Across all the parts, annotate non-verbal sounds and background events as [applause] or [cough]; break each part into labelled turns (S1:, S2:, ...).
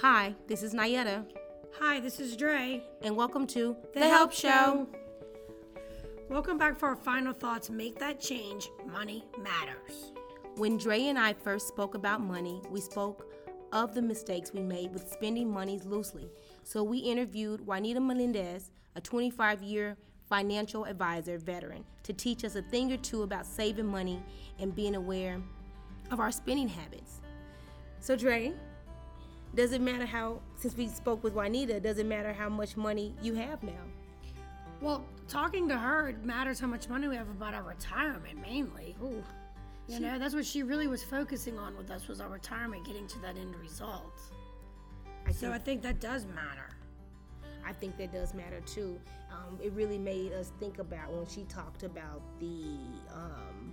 S1: Hi, this is Nayetta,
S2: Hi, this is Dre.
S1: and welcome to
S2: The Help Show. Welcome back for our final thoughts. Make that change. Money matters.
S1: When Dre and I first spoke about money, we spoke of the mistakes we made with spending monies loosely. So we interviewed Juanita Melendez, a 25 year financial advisor veteran, to teach us a thing or two about saving money and being aware of our spending habits. So, Dre, does it matter how, since we spoke with Juanita, does it matter how much money you have now?
S2: Well, talking to her it matters how much money we have about our retirement mainly. Ooh. You know, that's what she really was focusing on with us was our retirement, getting to that end result.
S1: I
S2: So I think that does matter.
S1: I think that does matter too. Um, it really made us think about when she talked about the um,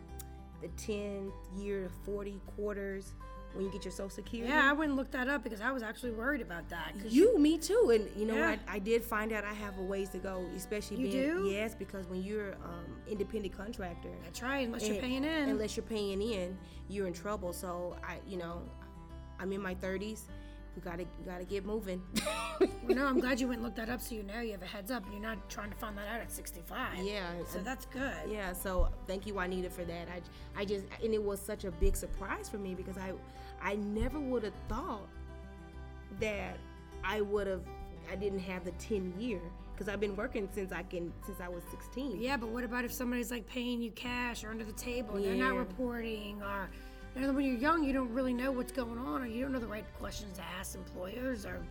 S1: the ten year forty quarters when you get your Social Security.
S2: Yeah, I went and looked that up because I was actually worried about that. 'cause
S1: You, me too, and you know,
S2: Yeah.
S1: I, I did find out I have a ways to go, especially
S2: You
S1: being
S2: do?
S1: yes, because when you're um, independent contractor,
S2: that's right, unless you're
S1: and-
S2: paying in.
S1: Unless you're paying in, you're in trouble. So I, you know, I'm in my 30s. We gotta we gotta get moving.
S2: [laughs]
S1: [laughs]
S2: Well, no, I'm glad you went and looked that up so you know you have a heads up and you're not trying to find that out at 65.
S1: Yeah,
S2: So that's good.
S1: Yeah, so thank you, Juanita, for that. I, I just, and it was such a big surprise for me because I, I never would have thought that I would have, I didn't have the ten year because I've been working since I can, since I was sixteen.
S2: Yeah, but what about if somebody's like paying you cash or under the table? and They're not
S1: Yeah.
S2: reporting, or you know, when you're young, you don't really know what's going on, or you don't know the right questions to ask employers, or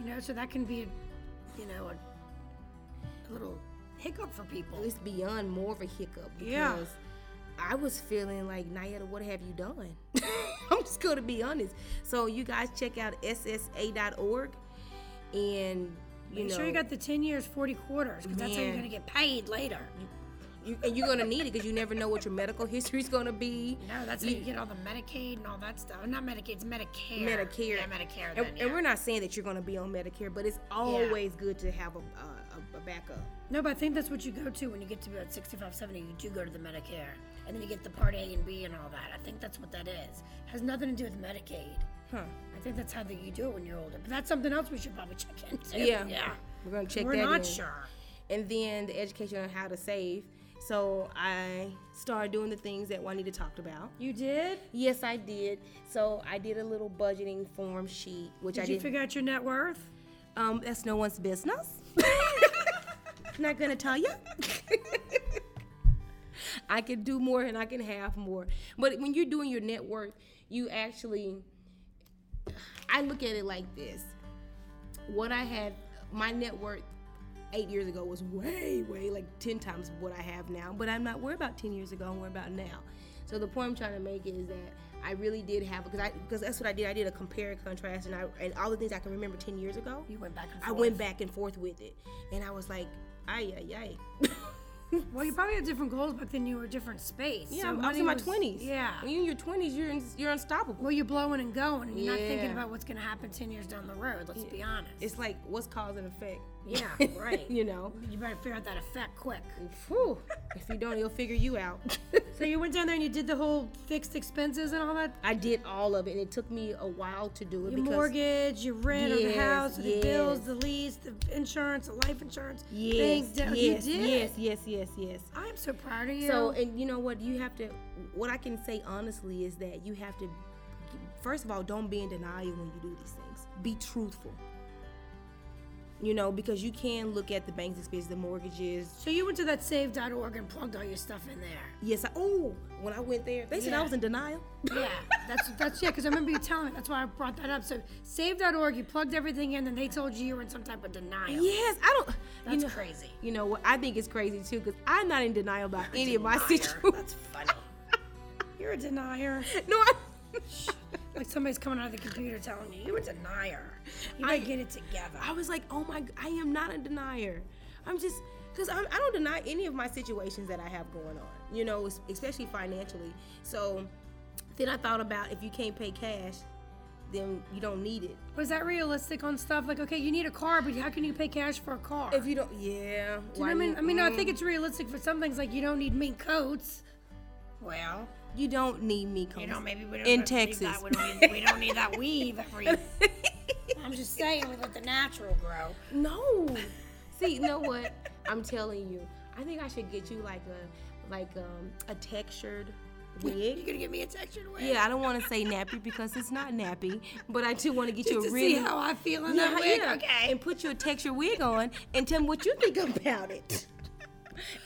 S2: you know, so that can be, a, you know, a, a little hiccup for people.
S1: It's beyond more of a hiccup because
S2: Yeah.
S1: I was feeling like, Nayetta, what have you done? [laughs] I'm just gonna be honest. So you guys check out ssa.org and you
S2: Make
S1: know
S2: sure you got the ten years, forty quarters, because that's how you're
S1: Man.
S2: gonna get paid later.
S1: you, and you're gonna need it because you never know what your medical [laughs] history's gonna be.
S2: No, that's how you get all the Medicaid and all that stuff. Not Medicaid, it's Medicare.
S1: Medicare.
S2: Yeah, Medicare.
S1: And,
S2: then,
S1: and
S2: yeah.
S1: we're not saying that you're going to be on Medicare, but it's always good to have a, a, a backup.
S2: No, but I think that's what you go to when you get to about 65, 70. You do go to the Medicare. And then you get the Part A and B and all that. I think that's what that is. It has nothing to do with Medicaid.
S1: Huh.
S2: I think that's how that you do it when you're older. But that's something else we should probably check
S1: [laughs]
S2: into.
S1: Yeah.
S2: Yeah.
S1: We're going to check
S2: We're
S1: that
S2: not
S1: in.
S2: sure.
S1: And then the education on how to save. So I started doing the things that Juanita talked about.
S2: You did?
S1: Yes, I did. So I did a little budgeting form sheet, which I
S2: Did you
S1: did.
S2: figure out your net worth?
S1: um, that's no one's [laughs] business. Not gonna tell you. [laughs] I can do more and I can have more. But when you're doing your net worth, you actually I look at it like this. What I had my net worth eight years ago was way, way like ten times what I have now. But I'm not worried about ten years ago, I'm worried about now. So the point I'm trying to make is that I really did have because I because that's what I did. I did a compare and contrast and I and all the things I can remember ten years ago.
S2: You went back and
S1: I
S2: forth.
S1: went back and forth with it. And I was like, ay ay ay.
S2: Well, you probably had different goals, but then you were a different space.
S1: [laughs] Yeah,
S2: So
S1: I'm- I was
S2: money
S1: in my twenties.
S2: Yeah.
S1: When you're in your twenties, you're in, you're unstoppable.
S2: Well, you're blowing and going. And you're not thinking
S1: Yeah.
S2: about what's going to happen 10 years down the road. Let's be honest.
S1: It's like what's cause and effect. [laughs]
S2: Yeah, right.
S1: you know.
S2: you better figure out that effect quick. [laughs]
S1: Whew. if you don't, he'll figure you out.
S2: So you went down there and you did the whole fixed expenses and all that.
S1: I did all of it, and it took me a while to do it
S2: Your
S1: because
S2: mortgage, your rent of
S1: Yes,
S2: the house, the bills,
S1: yes.
S2: the lease, the insurance, the life insurance.
S1: yes,
S2: things down.
S1: yes,
S2: you did.
S1: yes, yes, yes, yes.
S2: I'm so proud of you.
S1: So, and you know what? You have to. What I can say honestly is that you have to. First of all, don't be in denial when you do these things. Be truthful. You know, because you can look at the bank's expenses, the mortgages.
S2: so you went to that save.org and plugged all your stuff in there.
S1: Yes, I, oh, when I went there, they said I
S2: Yeah.
S1: was in denial.
S2: Yeah, that's that's yeah. Because I remember you telling me. That's why I brought that up. So save.org, you plugged everything in, and they told you you were in some type of denial.
S1: Yes, I don't.
S2: That's
S1: you know,
S2: crazy.
S1: You know what? I think it's crazy too, because I'm not in denial about any of my [laughs]
S2: Denier.
S1: situations.
S2: That's funny. You're a denier.
S1: no, I,
S2: Like somebody's coming out of the computer telling you you're a denier. You
S1: I-
S2: gotta get it together.
S1: [laughs] I was like, oh my, g- I am not a denier. I'm just, because I don't deny any of my situations that I have going on, you know, es- especially financially. So then I thought about if you can't pay cash, then you don't need it.
S2: Was that realistic on stuff like okay, you need a car, but how can you pay cash for a car?
S1: If you don't, yeah.
S2: You know
S1: why
S2: what I mean,
S1: you- mm,
S2: I mean, I think it's realistic for some things like you don't need mink coats. Well,
S1: you don't need me. Combs. [laughs]
S2: you know, maybe we don't
S1: In
S2: need that-
S1: Texas.
S2: [laughs] we, don't need, we don't need that weave every. I just saying we let the natural grow.
S1: No. See, you know what? I'm telling you. I think I should get you like a like um, a [laughs] textured
S2: You're
S1: wig.
S2: gonna give me a textured wig.
S1: Yeah, I don't want to say nappy because it's not nappy, but I do want to get you
S2: Just
S1: a
S2: [laughs] to
S1: really
S2: see how I feel in
S1: yeah,
S2: that wig.
S1: yeah.
S2: Okay.
S1: And put your textured wig on and tell me what you think about it.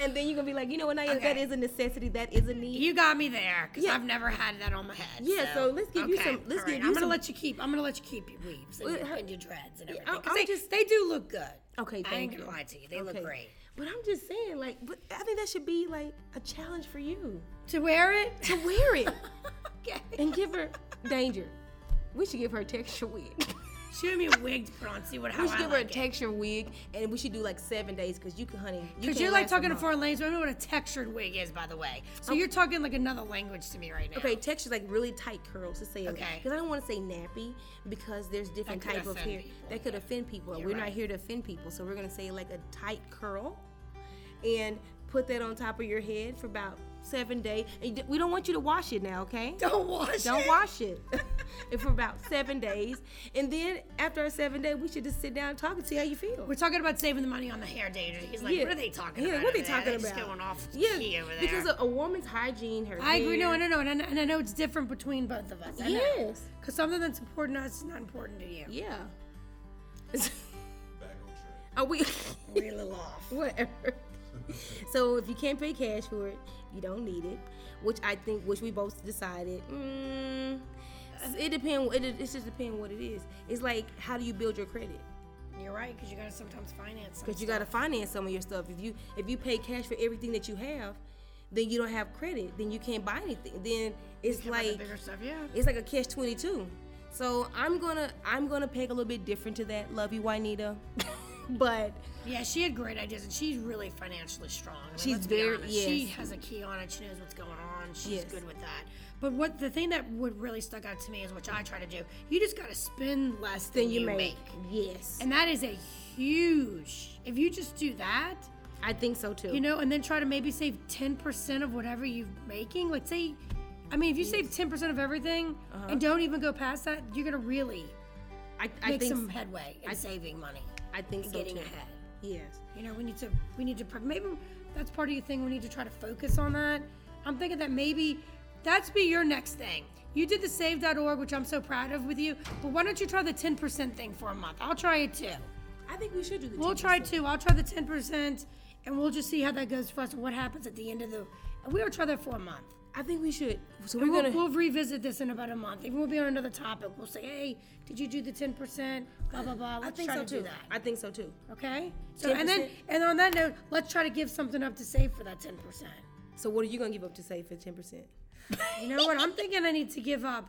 S1: and then you're gonna be like, you know what, Naya, that
S2: Okay.
S1: is a necessity, that is a need.
S2: You got me there because
S1: Yeah.
S2: I've never had that on my head.
S1: Yeah, so let's give you some- let's
S2: all
S1: give you
S2: I'm gonna
S1: some-
S2: let you keep. I'm gonna let you keep your weaves and,
S1: Well,
S2: your,
S1: her-
S2: and your dreads and everything.
S1: I-
S2: 'cause
S1: I'm
S2: they,
S1: just-
S2: they do look good.
S1: Okay, thank
S2: I ain't gonna
S1: you.
S2: lie to you. They
S1: Okay.
S2: look great.
S1: But I'm just saying, like, but I think that should be like a challenge for you
S2: To wear
S1: [laughs]
S2: it.
S1: to wear
S2: [laughs]
S1: it
S2: okay.
S1: and give her danger. We should give her a texture wig.
S2: Show me a wig to put on. See what how
S1: We should
S2: Oh, I
S1: give her a
S2: like it.
S1: texture wig, and we should do like seven days because you can, honey.
S2: Because
S1: can't
S2: you're like
S1: last a
S2: talking a
S1: month.
S2: foreign language. I don't know what a textured wig is, by the way. So you're talking like another language to me right now.
S1: Oh. Okay, texture like really tight curls to say
S2: Okay.
S1: Because I don't want to say nappy because there's different
S2: could
S1: type of
S2: offend
S1: hair
S2: people,
S1: that could offend people. and
S2: You're
S1: we're not
S2: right.
S1: here to offend people, so we're gonna say like a tight curl, and put that on top of your head for about seven days. And you- we don't want you to wash it now, okay?
S2: Don't
S1: [laughs]
S2: wash.
S1: Don't
S2: it.
S1: wash it. [laughs] and for about seven days, and then after our seven day, we should just sit down and talk and see how you feel.
S2: We're talking about saving the money on the hair, Danger. He's like,
S1: Yeah.
S2: what are they talking
S1: Yeah,
S2: about?
S1: what are they
S2: over there?
S1: talking
S2: They're just
S1: about?
S2: going off
S1: Yeah,
S2: key over there.
S1: because a, a woman's hygiene, her
S2: I agree. No,
S1: hair-
S2: no, no, and I, and I know it's different between both of us. I know.
S1: Yes.
S2: Because something that's important to us is not important to you.
S1: Yeah. Are we? [laughs]
S2: We're a little off.
S1: Whatever. so if you can't pay cash for it, you don't need it, which I think, which we both decided. Mm, it depend. It, it just depend what it is. It's like how do you build your credit?
S2: You're right, because you gotta sometimes finance. Some
S1: Because you got to finance some of your stuff. If you if you pay cash for everything that you have, then you don't have credit. Then you can't buy anything. Then it's
S2: stuff. About the
S1: like
S2: bigger stuff, yeah.
S1: it's like a catch 22 so i'm gonna i'm gonna peg a little bit different to that love you juanita [laughs] but
S2: Yeah, she had great ideas, and she's really financially strong. I mean,
S1: She's
S2: let's be
S1: very-
S2: honest. She
S1: yes.
S2: has a key on it. She knows what's going on. She's
S1: Yes.
S2: good with that. But what the thing that would really stuck out to me is which I try to do. You just gotta spend less than,
S1: then you, make,
S2: make.
S1: yes
S2: And that is a huge. If you just do that,
S1: i think so too
S2: you know, and then try to maybe save 10% of whatever you're making. Like, say, I mean, if you save 10% of everything
S1: Uh-huh.
S2: and don't even go past that, you're going to really
S1: i, I
S2: make
S1: think
S2: some headway in saving money
S1: i think
S2: and
S1: so
S2: getting
S1: too
S2: ahead.
S1: yes
S2: You know, we need to, we need to, pro- maybe that's part of your thing. We need to try to focus on that. I'm thinking that maybe that's be your next thing. You did the save.org, which I'm so proud of with you, but why don't you try the 10% thing for a month? I'll try it too.
S1: i think we should do the
S2: We'll try two. I'll try the ten percent, and we'll just see how that goes for us. and What happens at the end of the? We'll try that for a month.
S1: i think we should so we're
S2: And we'll,
S1: gonna
S2: we'll revisit this in about a month. If we'll be on another topic, we'll say, "Hey, did you do the ten percent? Blah blah blah." Let's
S1: i think
S2: try
S1: so
S2: to do
S1: too
S2: that.
S1: i think so too
S2: Okay. So and then
S1: 10%.
S2: and on that note, let's try to give something up to save for that ten percent.
S1: so what are you gonna give up to save for 10%
S2: You know what? I'm thinking I need to give up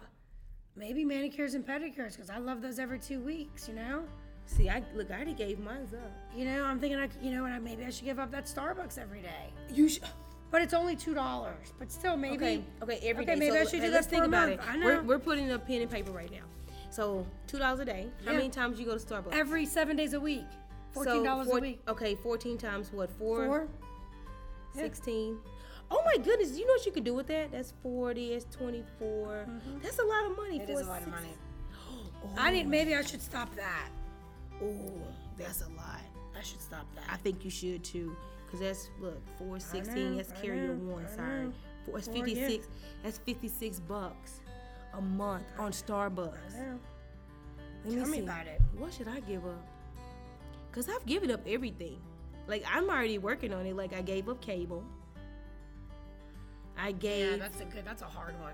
S2: maybe manicures and pedicures because I love those every two weeks. You know.
S1: see i look i already gave mine up
S2: You know, I'm thinking, I, you know, and I, maybe I should give up that Starbucks every day.
S1: you should
S2: But it's only two dollars. But still, maybe.
S1: Okay. Okay. Every day.
S2: Okay, maybe
S1: so,
S2: I should
S1: hey,
S2: do
S1: let's
S2: that
S1: think
S2: for a
S1: about
S2: month.
S1: it.
S2: I know.
S1: We're, we're putting a pen and paper right now. So two dollars a day. How
S2: Yeah.
S1: many times you go to Starbucks?
S2: Every seven days a week.
S1: So,
S2: Fourteen dollars
S1: four-
S2: a week.
S1: Okay, fourteen times what? Four,
S2: Four. yeah.
S1: sixteen. Oh my goodness! You know what you could do with that? That's forty. That's 24 That's a lot of money.
S2: It
S1: for
S2: Mm-hmm. is a lot of
S1: six-
S2: [gasps] money.
S1: Oh,
S2: I need. Maybe I should stop that.
S1: oh, that's a lot.
S2: I should stop
S1: I
S2: that.
S1: think you should too, cause that's look four sixteen.
S2: know,
S1: That's
S2: I
S1: carry your
S2: know,
S1: one.
S2: I
S1: Sorry,
S2: know.
S1: four, that's
S2: Four, yeah.
S1: fifty six. That's fifty six bucks a month on Starbucks.
S2: know.
S1: Let
S2: Tell me about it.
S1: What should I give up? Cause I've given up everything. Like I'm already working on it. Like I gave up cable. I
S2: Yeah,
S1: gave.
S2: that's a good. That's a hard one.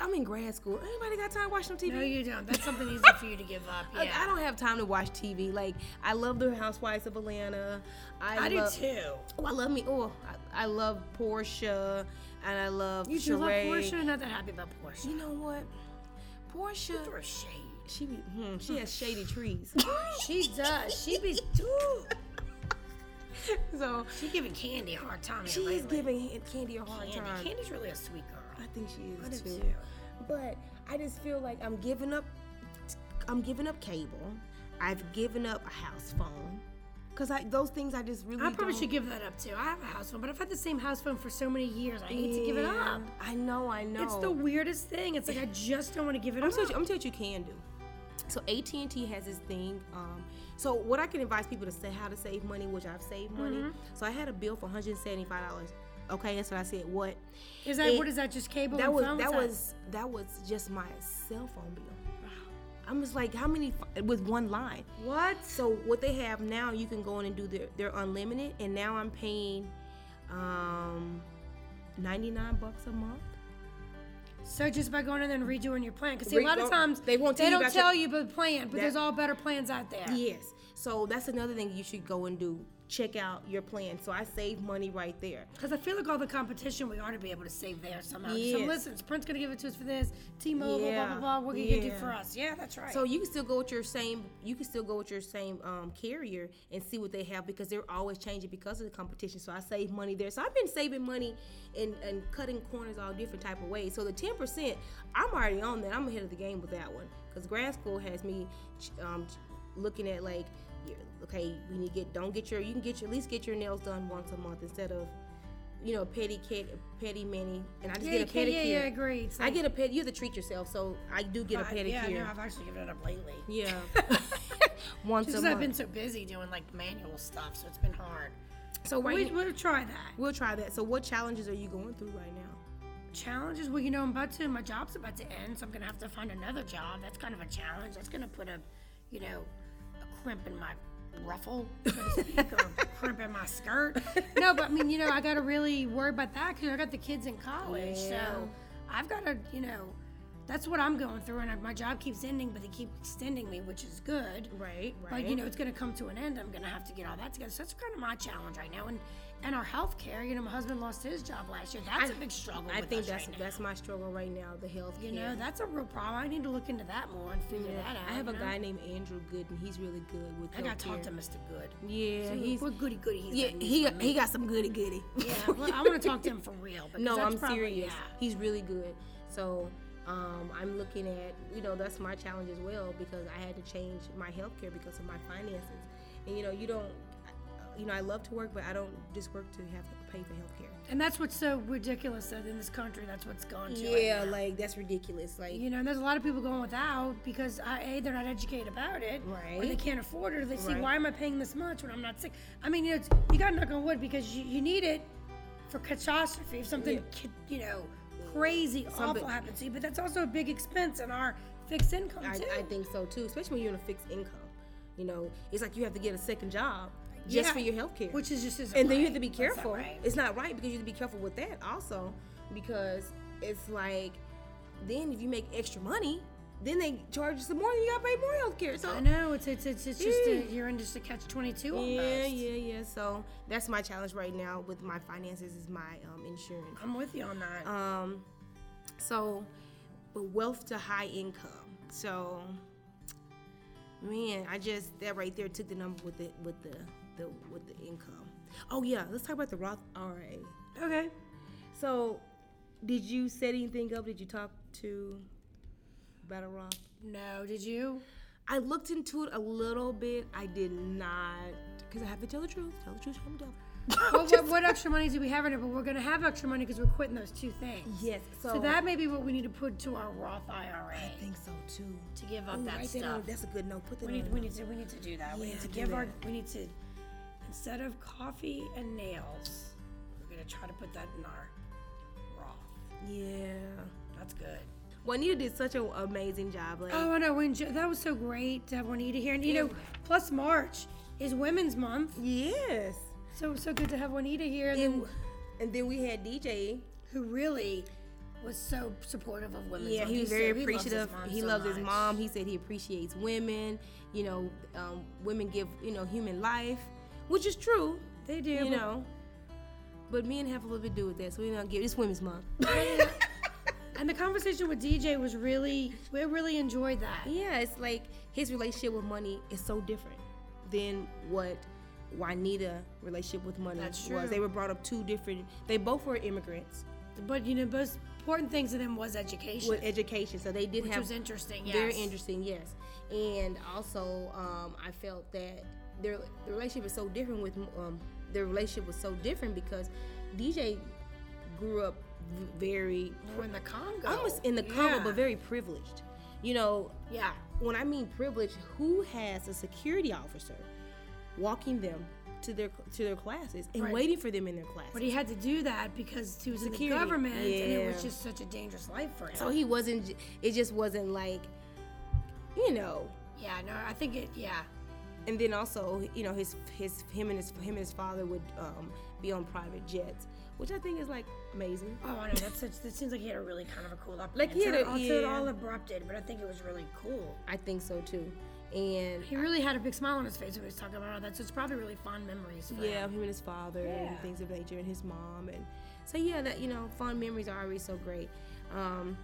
S1: I'm in grad school. Anybody got time watching TV? [laughs]
S2: No, you don't. That's something easy for you to give up.
S1: Like, I
S2: Yeah.
S1: don't have time to watch TV. Like I love the Housewives of Atlanta. I,
S2: I, do
S1: love,
S2: too.
S1: Oh, I love me. Oh, I, I love Portia, and I love
S2: You do love
S1: Sheree.
S2: Portia. Not that happy about Portia.
S1: You know what? Portia,
S2: For a shade.
S1: she be- hmm, she has shady trees.
S2: [laughs]
S1: [laughs]
S2: She does. She be too.
S1: [laughs] so
S2: She giving Candy a hard time.
S1: she is giving Han- Candy a hard
S2: Candy.
S1: time.
S2: Candy's really a sweet girl.
S1: I think she is
S2: I do
S1: too.
S2: too.
S1: But I just feel like I'm giving up. I'm giving up cable. I've given up a house phone. Cause I those things I just really.
S2: I probably
S1: don't-
S2: should give that up too. I have a house phone, but I've had the same house phone for so many years. I hate to give it
S1: Yeah.
S2: up.
S1: I know. I know.
S2: It's the weirdest thing. It's like I just don't want to give it
S1: I'm
S2: up.
S1: telling you, I'm telling you, what you can do. so AT&T has this thing. Um, so what I can advise people to say how to save money, which I've saved money. So I had a bill for 175 dollars. Okay, that's what I said. What?
S2: Is that
S1: It-
S2: what is that? Just cable?
S1: That
S2: and
S1: was
S2: phone
S1: that
S2: time?
S1: was that was just my cell phone bill. I'm just like, how many f- with one line?
S2: what?
S1: So what they have now, you can go in and do their their unlimited, and now I'm paying um, 99 bucks a month.
S2: So just by going in there and redoing your plan, because see,
S1: Re-
S2: a lot of
S1: well,
S2: times
S1: they won't tell you
S2: don't
S1: about your-
S2: tell you about the plan, but there's
S1: That-
S2: all better plans out there.
S1: Yes. So that's another thing you should go and do. Check out your plan. So I save money right there.
S2: Because I feel like all the competition, we ought to be able to save there somehow. So
S1: Yes.
S2: listen, Sprint's gonna give it to us for this. T-Mobile, blah
S1: Yeah.
S2: blah blah. What are you gonna do
S1: Yeah.
S2: for us? Yeah, that's right.
S1: So you can still go with your same. You can still go with your same um, carrier and see what they have because they're always changing because of the competition. So I save money there. So I've been saving money and, and cutting corners all different type of ways. So the ten percent, I'm already on that. I'm ahead of the game with that one because grad school has me um, looking at like, yeah, okay, we need to get don't get your you can get your, at least get your nails done once a month instead of. You know, petty kid, petty mini, and I just
S2: yeah, you
S1: get a
S2: can-
S1: pedicure.
S2: yeah, yeah, agreed. It's
S1: I
S2: like-
S1: get a ped. You have to treat yourself, so I do get a
S2: I-
S1: pedicure.
S2: Yeah, I know, I've actually given it up lately.
S1: Yeah. [laughs] Once
S2: [laughs] Because
S1: a
S2: I've
S1: month.
S2: been so busy doing like manual stuff, so it's been hard.
S1: so right,
S2: We,
S1: now-
S2: we'll try that.
S1: we'll try that. So what challenges are you going through right now?
S2: Challenges? Well, you know, I'm about to, my job's about to end, so I'm going to have to find another job. That's kind of a challenge. That's going to put a, you know, a crimp in my ruffle, so to speak, or
S1: [laughs]
S2: a crimp in my skirt. No, but I mean, you know, I got to really worry about that because I got the kids in college.
S1: Yeah.
S2: So I've got to, you know, that's what I'm going through. And I, my job keeps ending, but they keep extending me, which is good.
S1: Right, right.
S2: But you know, it's going to come to an end. I'm going to have to get all that together. So that's kind of my challenge right now. And and our health care, you know, my husband lost his job last year. That's a big struggle.
S1: I
S2: with
S1: think
S2: us
S1: that's
S2: right now.
S1: that's my struggle right now. The health.
S2: you know, that's a real problem. I need to look into that more and figure that out.
S1: I have a
S2: you know?
S1: guy named Andrew Gooden. He's really good with.
S2: I got to talk
S1: healthcare.
S2: to Mr. Good.
S1: Yeah,
S2: See
S1: he's
S2: what goody goody he's
S1: yeah
S2: got.
S1: [laughs] he got, he got some goody goody. [laughs]
S2: yeah, well, I want to talk to him for real. because
S1: no,
S2: that's
S1: I'm
S2: probably-
S1: serious.
S2: yeah.
S1: He's really good. So. Um, I'm looking at, you know, that's my challenge as well because I had to change my healthcare because of my finances. And, you know, you don't, I- you know, I love to work, but I don't just work to have to pay for healthcare.
S2: And that's what's so ridiculous that in this country, that's what's gone to. right
S1: Yeah, like that's ridiculous. Like
S2: You know, and there's a lot of people going without because I, a they're not educated about it, Or they
S1: Right.
S2: can't afford it, or they see
S1: Right.
S2: why am I paying this much when I'm not sick? I mean, you know, it's, you got to knock on wood because you, you need it for catastrophe if something ca- you know crazy awful happens to you. But that's also a big expense in our fixed income
S1: I,
S2: too.
S1: I think so too, especially when you're in a fixed income. You know, it's like you have to get a second job just
S2: Yeah.
S1: for your healthcare.
S2: which is just isn't
S1: and then you have
S2: right.
S1: to be
S2: That's not
S1: careful.
S2: right.
S1: It's not right because you have to be careful with that also because it's like then if you make extra money, then they charge you some more and you gotta pay more healthcare. So
S2: I know it's it's it's, it's just a,
S1: Yeah.
S2: you're in just a catch twenty two almost.
S1: yeah, yeah, yeah. So that's my challenge right now with my finances is my um, insurance.
S2: I'm with you on that.
S1: Um, so, but wealth to high income. So, man, I just that right there took the number with the with the, the with the income. Oh yeah, let's talk about the Roth IRA.
S2: okay.
S1: So, did you set anything up? Did you talk to about a Roth?
S2: No, did you?
S1: I looked into it a little bit. I did not, cause I have to tell the truth. Tell the truth from the
S2: [laughs]
S1: devil.
S2: Well, Oh, what, what extra money do we have in it? But we're gonna have extra money because we're quitting those two things.
S1: Yes. So,
S2: So that may be what we need to put to our Roth IRA
S1: I think so too.
S2: to give up
S1: Ooh,
S2: that
S1: write that
S2: stuff.
S1: on. That's a good note. Put that
S2: we need,
S1: on.
S2: we need to, we need to do that. we
S1: Yeah,
S2: need to
S1: do
S2: give our,
S1: that.
S2: we need to, instead of coffee and nails, we're gonna try to put that in our Roth.
S1: yeah.
S2: That's good.
S1: Juanita did such an amazing job. Like,
S2: Oh, I know. we enjo- that was so great to have Juanita here, and you know, plus March is Women's Month,
S1: yes.
S2: so it was so good to have Juanita here, and
S1: And, and then we had DJ.
S2: who really was so supportive of women.
S1: Yeah, he was very appreciative. He loves his mom. He said he appreciates women. You know, um, women give you know human life, which is true.
S2: They do.
S1: You know, but men have a little bit to do with that, so we don't give. It's women's month.
S2: And the conversation with DJ was really, we really enjoyed that.
S1: [laughs] yeah, it's like his relationship with money is so different than what Juanita relationship with money was.
S2: That's true.
S1: They were brought up two different. They both were immigrants
S2: But you know, most important thing to them was education,
S1: with education, so they did
S2: which
S1: have
S2: was interesting. Yes.
S1: Very interesting, yes. And also, um, I felt that their the relationship is so different with um, their relationship was so different because DJ grew up v- very
S2: We're in the Congo.
S1: almost in the Congo,
S2: Yeah.
S1: but very privileged. You know,
S2: Yeah.
S1: when I mean privilege, who has a security officer walking them to their to their classes and
S2: Right.
S1: waiting for them in their classes?
S2: But he had to do that because he was in
S1: Security.
S2: the government and it was
S1: Yeah.
S2: just such a dangerous life for him.
S1: so he wasn't. j- It just wasn't like, you know.
S2: yeah, no, I think it, yeah.
S1: And then also, you know, his his him and his him and his father would um, be on private jets, which I think is like amazing.
S2: Oh, I know, that's such, that seems like he had a really kind of a cool upbringing.
S1: Like, he had
S2: So-
S1: a-
S2: also, it
S1: yeah.
S2: all abrupted, but I think it was really cool.
S1: I think so too. And
S2: He really had a big smile on his face when he was talking about all that, so it's probably really fond memories for
S1: yeah,
S2: him.
S1: him and his father
S2: Yeah.
S1: and things of nature and his mom and so yeah, that you know, fond memories are always so great. Um,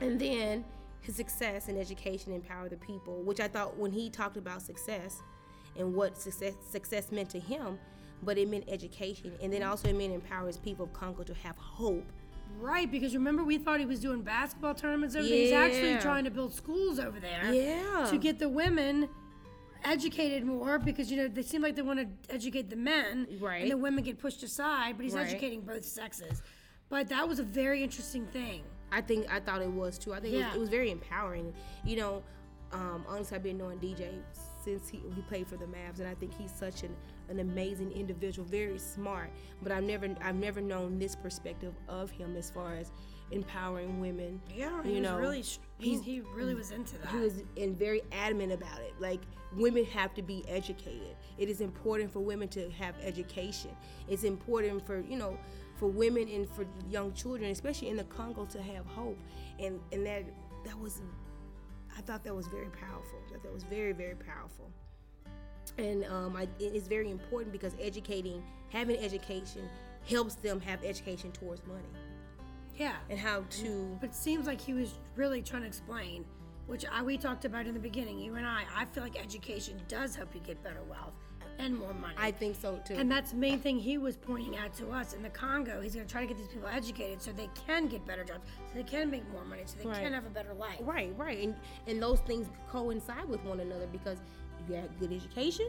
S1: and then his success in education empowered the people, which I thought when he talked about success and what success success meant to him, but it meant education and then also it meant empowers people of Congo to have hope.
S2: Right, because remember we thought he was doing basketball tournaments over there. He's actually
S1: Yeah.
S2: trying to build schools over there.
S1: Yeah.
S2: To get the women educated more because you know they seem like they want to educate the men
S1: Right.
S2: and the women get pushed aside but he's
S1: Right.
S2: educating both sexes but that was a very interesting thing
S1: I think I thought it was too. I think it,
S2: Yeah.
S1: was, it was very empowering. You know, um, honestly, I've been knowing DJ since he, he played for the Mavs, and I think he's such an, an amazing individual, very smart. But I've never I've never known this perspective of him as far as empowering women.
S2: he
S1: you
S2: was
S1: know,
S2: really he,
S1: he's-
S2: he really was into that
S1: he was and very adamant about it. Like women have to be educated. It is important for women to have education. It's important for you know for women and for young children, especially in the Congo, to have hope. And and that that was I thought that was very powerful. That that was very very powerful. And um, I, it is very important because educating, having education, helps them have education towards money
S2: yeah
S1: and how to.
S2: but it seems like he was really trying to explain which I, we talked about in the beginning you and i i feel like education does help you get better wealth and more money
S1: I think so too.
S2: And that's the main thing he was pointing out to us in the Congo. He's going to try to get these people educated so they can get better jobs, so they can make more money, so they
S1: Right.
S2: can have a better life.
S1: Right, right, and and those things coincide with one another because you got good education,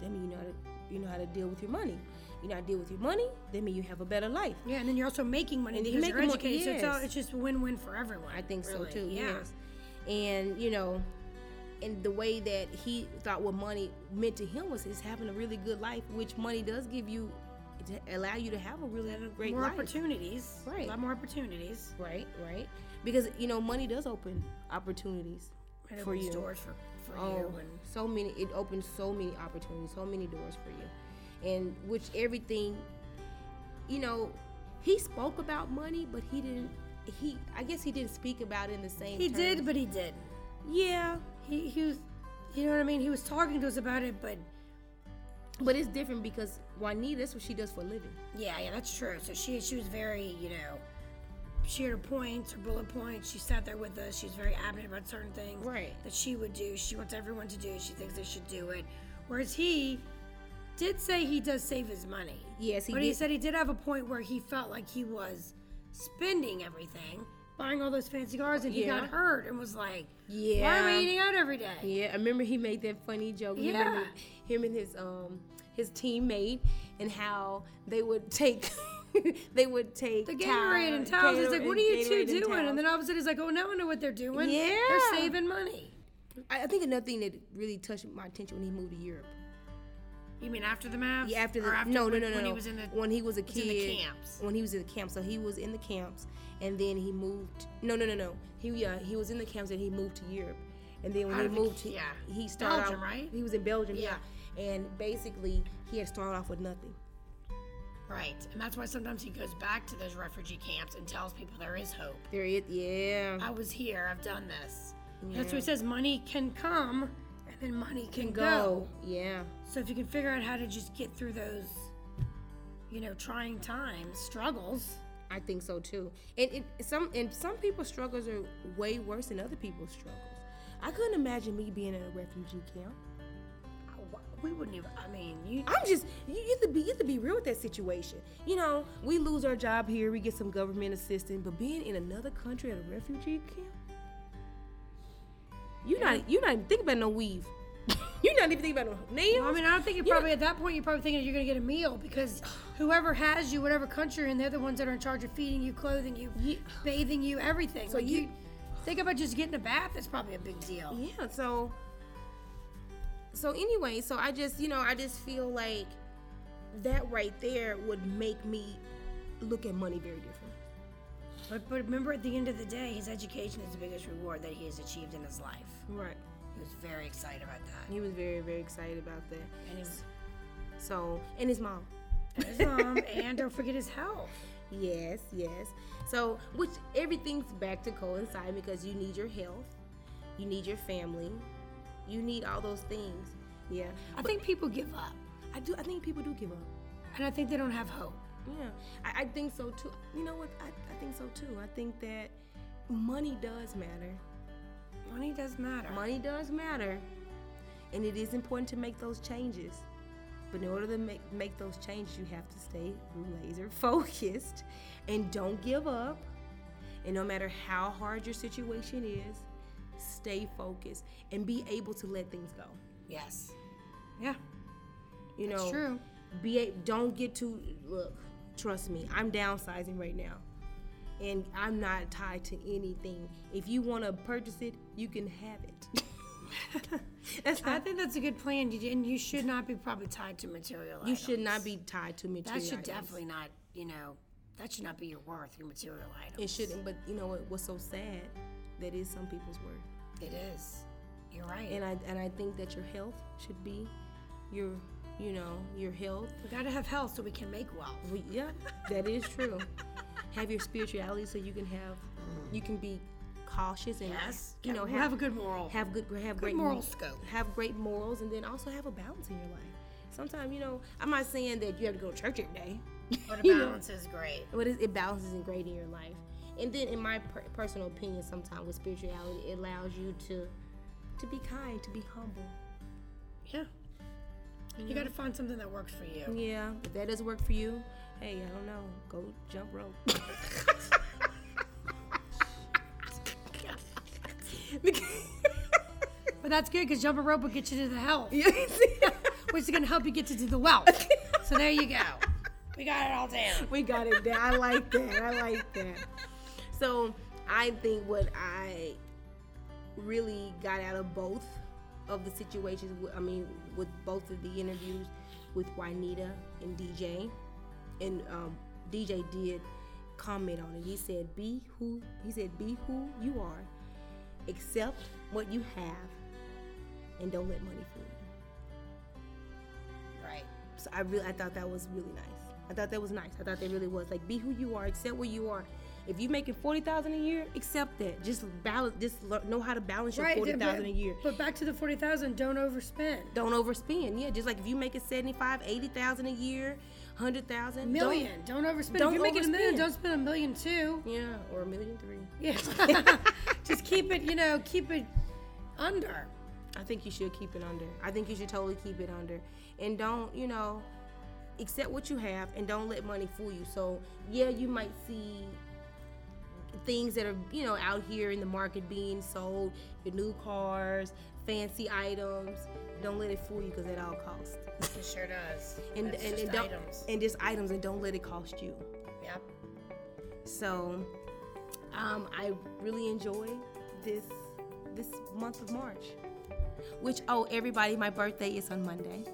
S1: that means you know how to, you know how to deal with your money. You know how to deal with your money, that means you have a better life.
S2: Yeah, and then you're also making money
S1: And you
S2: because
S1: make
S2: you're
S1: more-
S2: educated. So it's, all,
S1: yes.
S2: it's just a win-win for everyone.
S1: I think
S2: really.
S1: so too.
S2: Yeah.
S1: Yes, and you know, and the way that he thought what money meant to him was his having a really good life, which money does give you, to allow you to have a really great
S2: More
S1: life.
S2: opportunities.
S1: Right.
S2: A lot more opportunities.
S1: Right, right, because you know money does open opportunities
S2: It
S1: for
S2: opens
S1: you.
S2: Doors for, for
S1: Oh,
S2: you. And
S1: so many. It opens so many opportunities, so many doors for you, and which everything, you know, he spoke about money, but he didn't. He, I guess, he didn't speak about it in the same.
S2: he
S1: terms.
S2: did, but he didn't.
S1: Yeah,
S2: He, he was, you know what I mean? He was talking to us about it, but
S1: but it's different because Juanita, that's what she does for a living.
S2: Yeah, yeah, that's true. So she she was very, you know, she had her points, her bullet points. She sat there with us. She's very adamant about certain things
S1: Right.
S2: that she would do. She wants everyone to do. She thinks they should do it. Whereas he did say he does save his money.
S1: Yes, he
S2: but
S1: did.
S2: he said he did have a point where he felt like he was spending everything, buying all those fancy cars, and he
S1: Yeah.
S2: got hurt and was like, "Why am I
S1: Yeah.
S2: eating out every day?"
S1: Yeah, I remember he made that funny joke. Him and,
S2: Yeah.
S1: his- him and his um his teammate and how they would take [laughs] they would take
S2: The Gatorade and towels. He's like, "What are you two doing?" And then all of a sudden, he's like, "Oh, now I know what they're doing.
S1: Yeah.
S2: they're saving money."
S1: I, I think another thing that really touched my attention when he moved to Europe.
S2: You mean after the Mavs?
S1: Yeah, after the
S2: Or after
S1: no,
S2: when,
S1: no, no, no,
S2: when he
S1: no.
S2: was in the
S1: when he was a
S2: in
S1: kid.
S2: the camps.
S1: When he was in the camp, so he was in the camps, and then he moved. No, no, no, no. He yeah, he was in the camps, and he moved to Europe, and then when
S2: Out
S1: he
S2: of the-
S1: moved, to,
S2: yeah.
S1: he started
S2: Belgium,
S1: off-
S2: right?
S1: He was in Belgium, yeah. and basically he had started off with nothing.
S2: right, and that's why sometimes he goes back to those refugee camps and tells people there is hope.
S1: There it, yeah,
S2: I was here. I've done this. That's what he says. Money can come, and then money can, go.
S1: yeah,
S2: So if you can figure out how to just get through those, you know, trying times, struggles.
S1: I think so too. And it, some and some people's struggles are way worse than other people's struggles. I couldn't imagine me being in a refugee camp.
S2: We wouldn't even. I mean, you.
S1: I'm just you, you have to be you have to be real with that situation. You know, we lose our job here, we get some government assistance, but being in another country at a refugee camp, you're not you're not even thinking about no weave. [laughs] you're not even thinking about no nails.
S2: I mean, I don't think you're
S1: You-
S2: probably at that point. You're probably thinking you're going to get a meal because whoever has you, whatever country, and they're the ones that are in charge of feeding you, clothing you, bathing you, everything. So
S1: you-
S2: Think about just getting a bath. That's probably a big deal.
S1: yeah so so anyway so i just you know i just feel like that right there would make me look at money very different
S2: But, but remember, at the end of the day, his education is the biggest reward that he has achieved in his life.
S1: right
S2: He was very excited about that.
S1: he was very very excited about that
S2: And, his,
S1: so and his mom
S2: and his mom, [laughs] and don't forget his health.
S1: Yes, yes. So, which everything's back to coincide because you need your health, you need your family, you need all those things. Yeah,
S2: I think people give up,
S1: I do. I think people do give up.
S2: and I think they don't have hope.
S1: Yeah, I, I think so too. You know what? I, I think so too. I think that money does matter.
S2: Money does matter.
S1: Money does matter, and it is important to make those changes. But in order to make, make those changes, you have to stay laser focused and don't give up. And no matter how hard your situation is, stay focused and be able to let things go.
S2: Yes. Yeah.
S1: You know,
S2: That's true.
S1: Be a, don't get too look. Trust me, I'm downsizing right now, and I'm not tied to anything. If you want to purchase it, you can have it. [laughs] That's
S2: I
S1: not
S2: think that's a good plan, you- and you should not be probably tied to material.
S1: You should not be tied to material.
S2: That should
S1: items.
S2: definitely not. You know, that should not be your worth. Your material item.
S1: It shouldn't, but you know what? What's so sad that is some people's worth,
S2: It is. You're right.
S1: and I and I think that your health should be your, you know, your health.
S2: we gotta have health so we can make wealth.
S1: We, yeah, that is
S2: [laughs]
S1: true. have your spirituality so you can have, you can be cautious and
S2: Yes.
S1: you know,
S2: have, have a good moral.
S1: have good have great
S2: moral
S1: mor- [laughs]
S2: scope.
S1: have great morals and then also have a balance in your life sometimes you know i'm not saying that you have to go to church every day
S2: but a
S1: you know.
S2: balance is great.
S1: what is it balances and great in your life and then in my per- personal opinion sometimes with spirituality it allows you to to be kind to be humble
S2: Yeah. You gotta find something that works for you.
S1: yeah if that doesn't work for you hey i don't know go jump
S2: [laughs]
S1: rope [laughs]
S2: But that's good because jumping rope will get you to the health, [laughs] which is gonna help
S1: [laughs]
S2: you get you to the wealth. so there you go. We got it all down.
S1: [laughs] we got it down. I like that. I like that. So I think what I really got out of both of the situations, w- I mean, with both of the interviews with Juanita and DJ, and um, DJ did comment on it. He said, "Be who," he said, "Be who you are, accept what you have, and don't let money fool you."
S2: Right.
S1: So I really, I thought that was really nice. I thought that was nice. I thought that really was like, be who you are, accept where you are. If you're making forty thousand a year, accept that. Just balance. Just lear- know how to balance your
S2: Right.
S1: forty
S2: but-
S1: thousand a year.
S2: But back to the forty thousand. Don't overspend.
S1: Don't overspend. Yeah, just like if you make it 75, 80,000 a year, hundred thousand,
S2: Million. Don't, overspend.
S1: don't
S2: if you're making a million,
S1: overspend.
S2: don't spend a million too.
S1: yeah, or a million three.
S2: Yeah. [laughs] Just keep it. You know, keep it under.
S1: I think you should keep it under. I think you should totally keep it under. And don't, you know, accept what you have and don't let money fool you. So, yeah, you might see things that are, you know, out here in the market being sold, your new cars, fancy items. Don't let it fool you because at all costs.
S2: It sure does.
S1: And,
S2: It's
S1: and,
S2: just
S1: and don't,
S2: items.
S1: and just items and don't let it cost you.
S2: Yep.
S1: So, um, I really enjoy this this month of March. Which oh, everybody, my birthday is on Monday.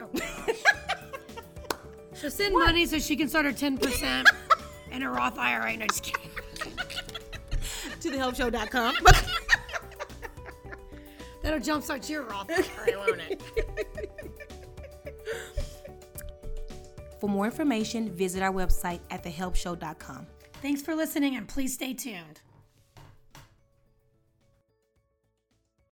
S2: So send money so she can start her ten [laughs] percent and her Roth IRA. No, just kidding.
S1: [laughs] to thehelpshow.com.
S2: That'll jumpstart your [laughs] Roth IRA, won't it?
S1: For more information, visit our website at thehelpshow.com.
S2: Thanks for listening, and please stay tuned.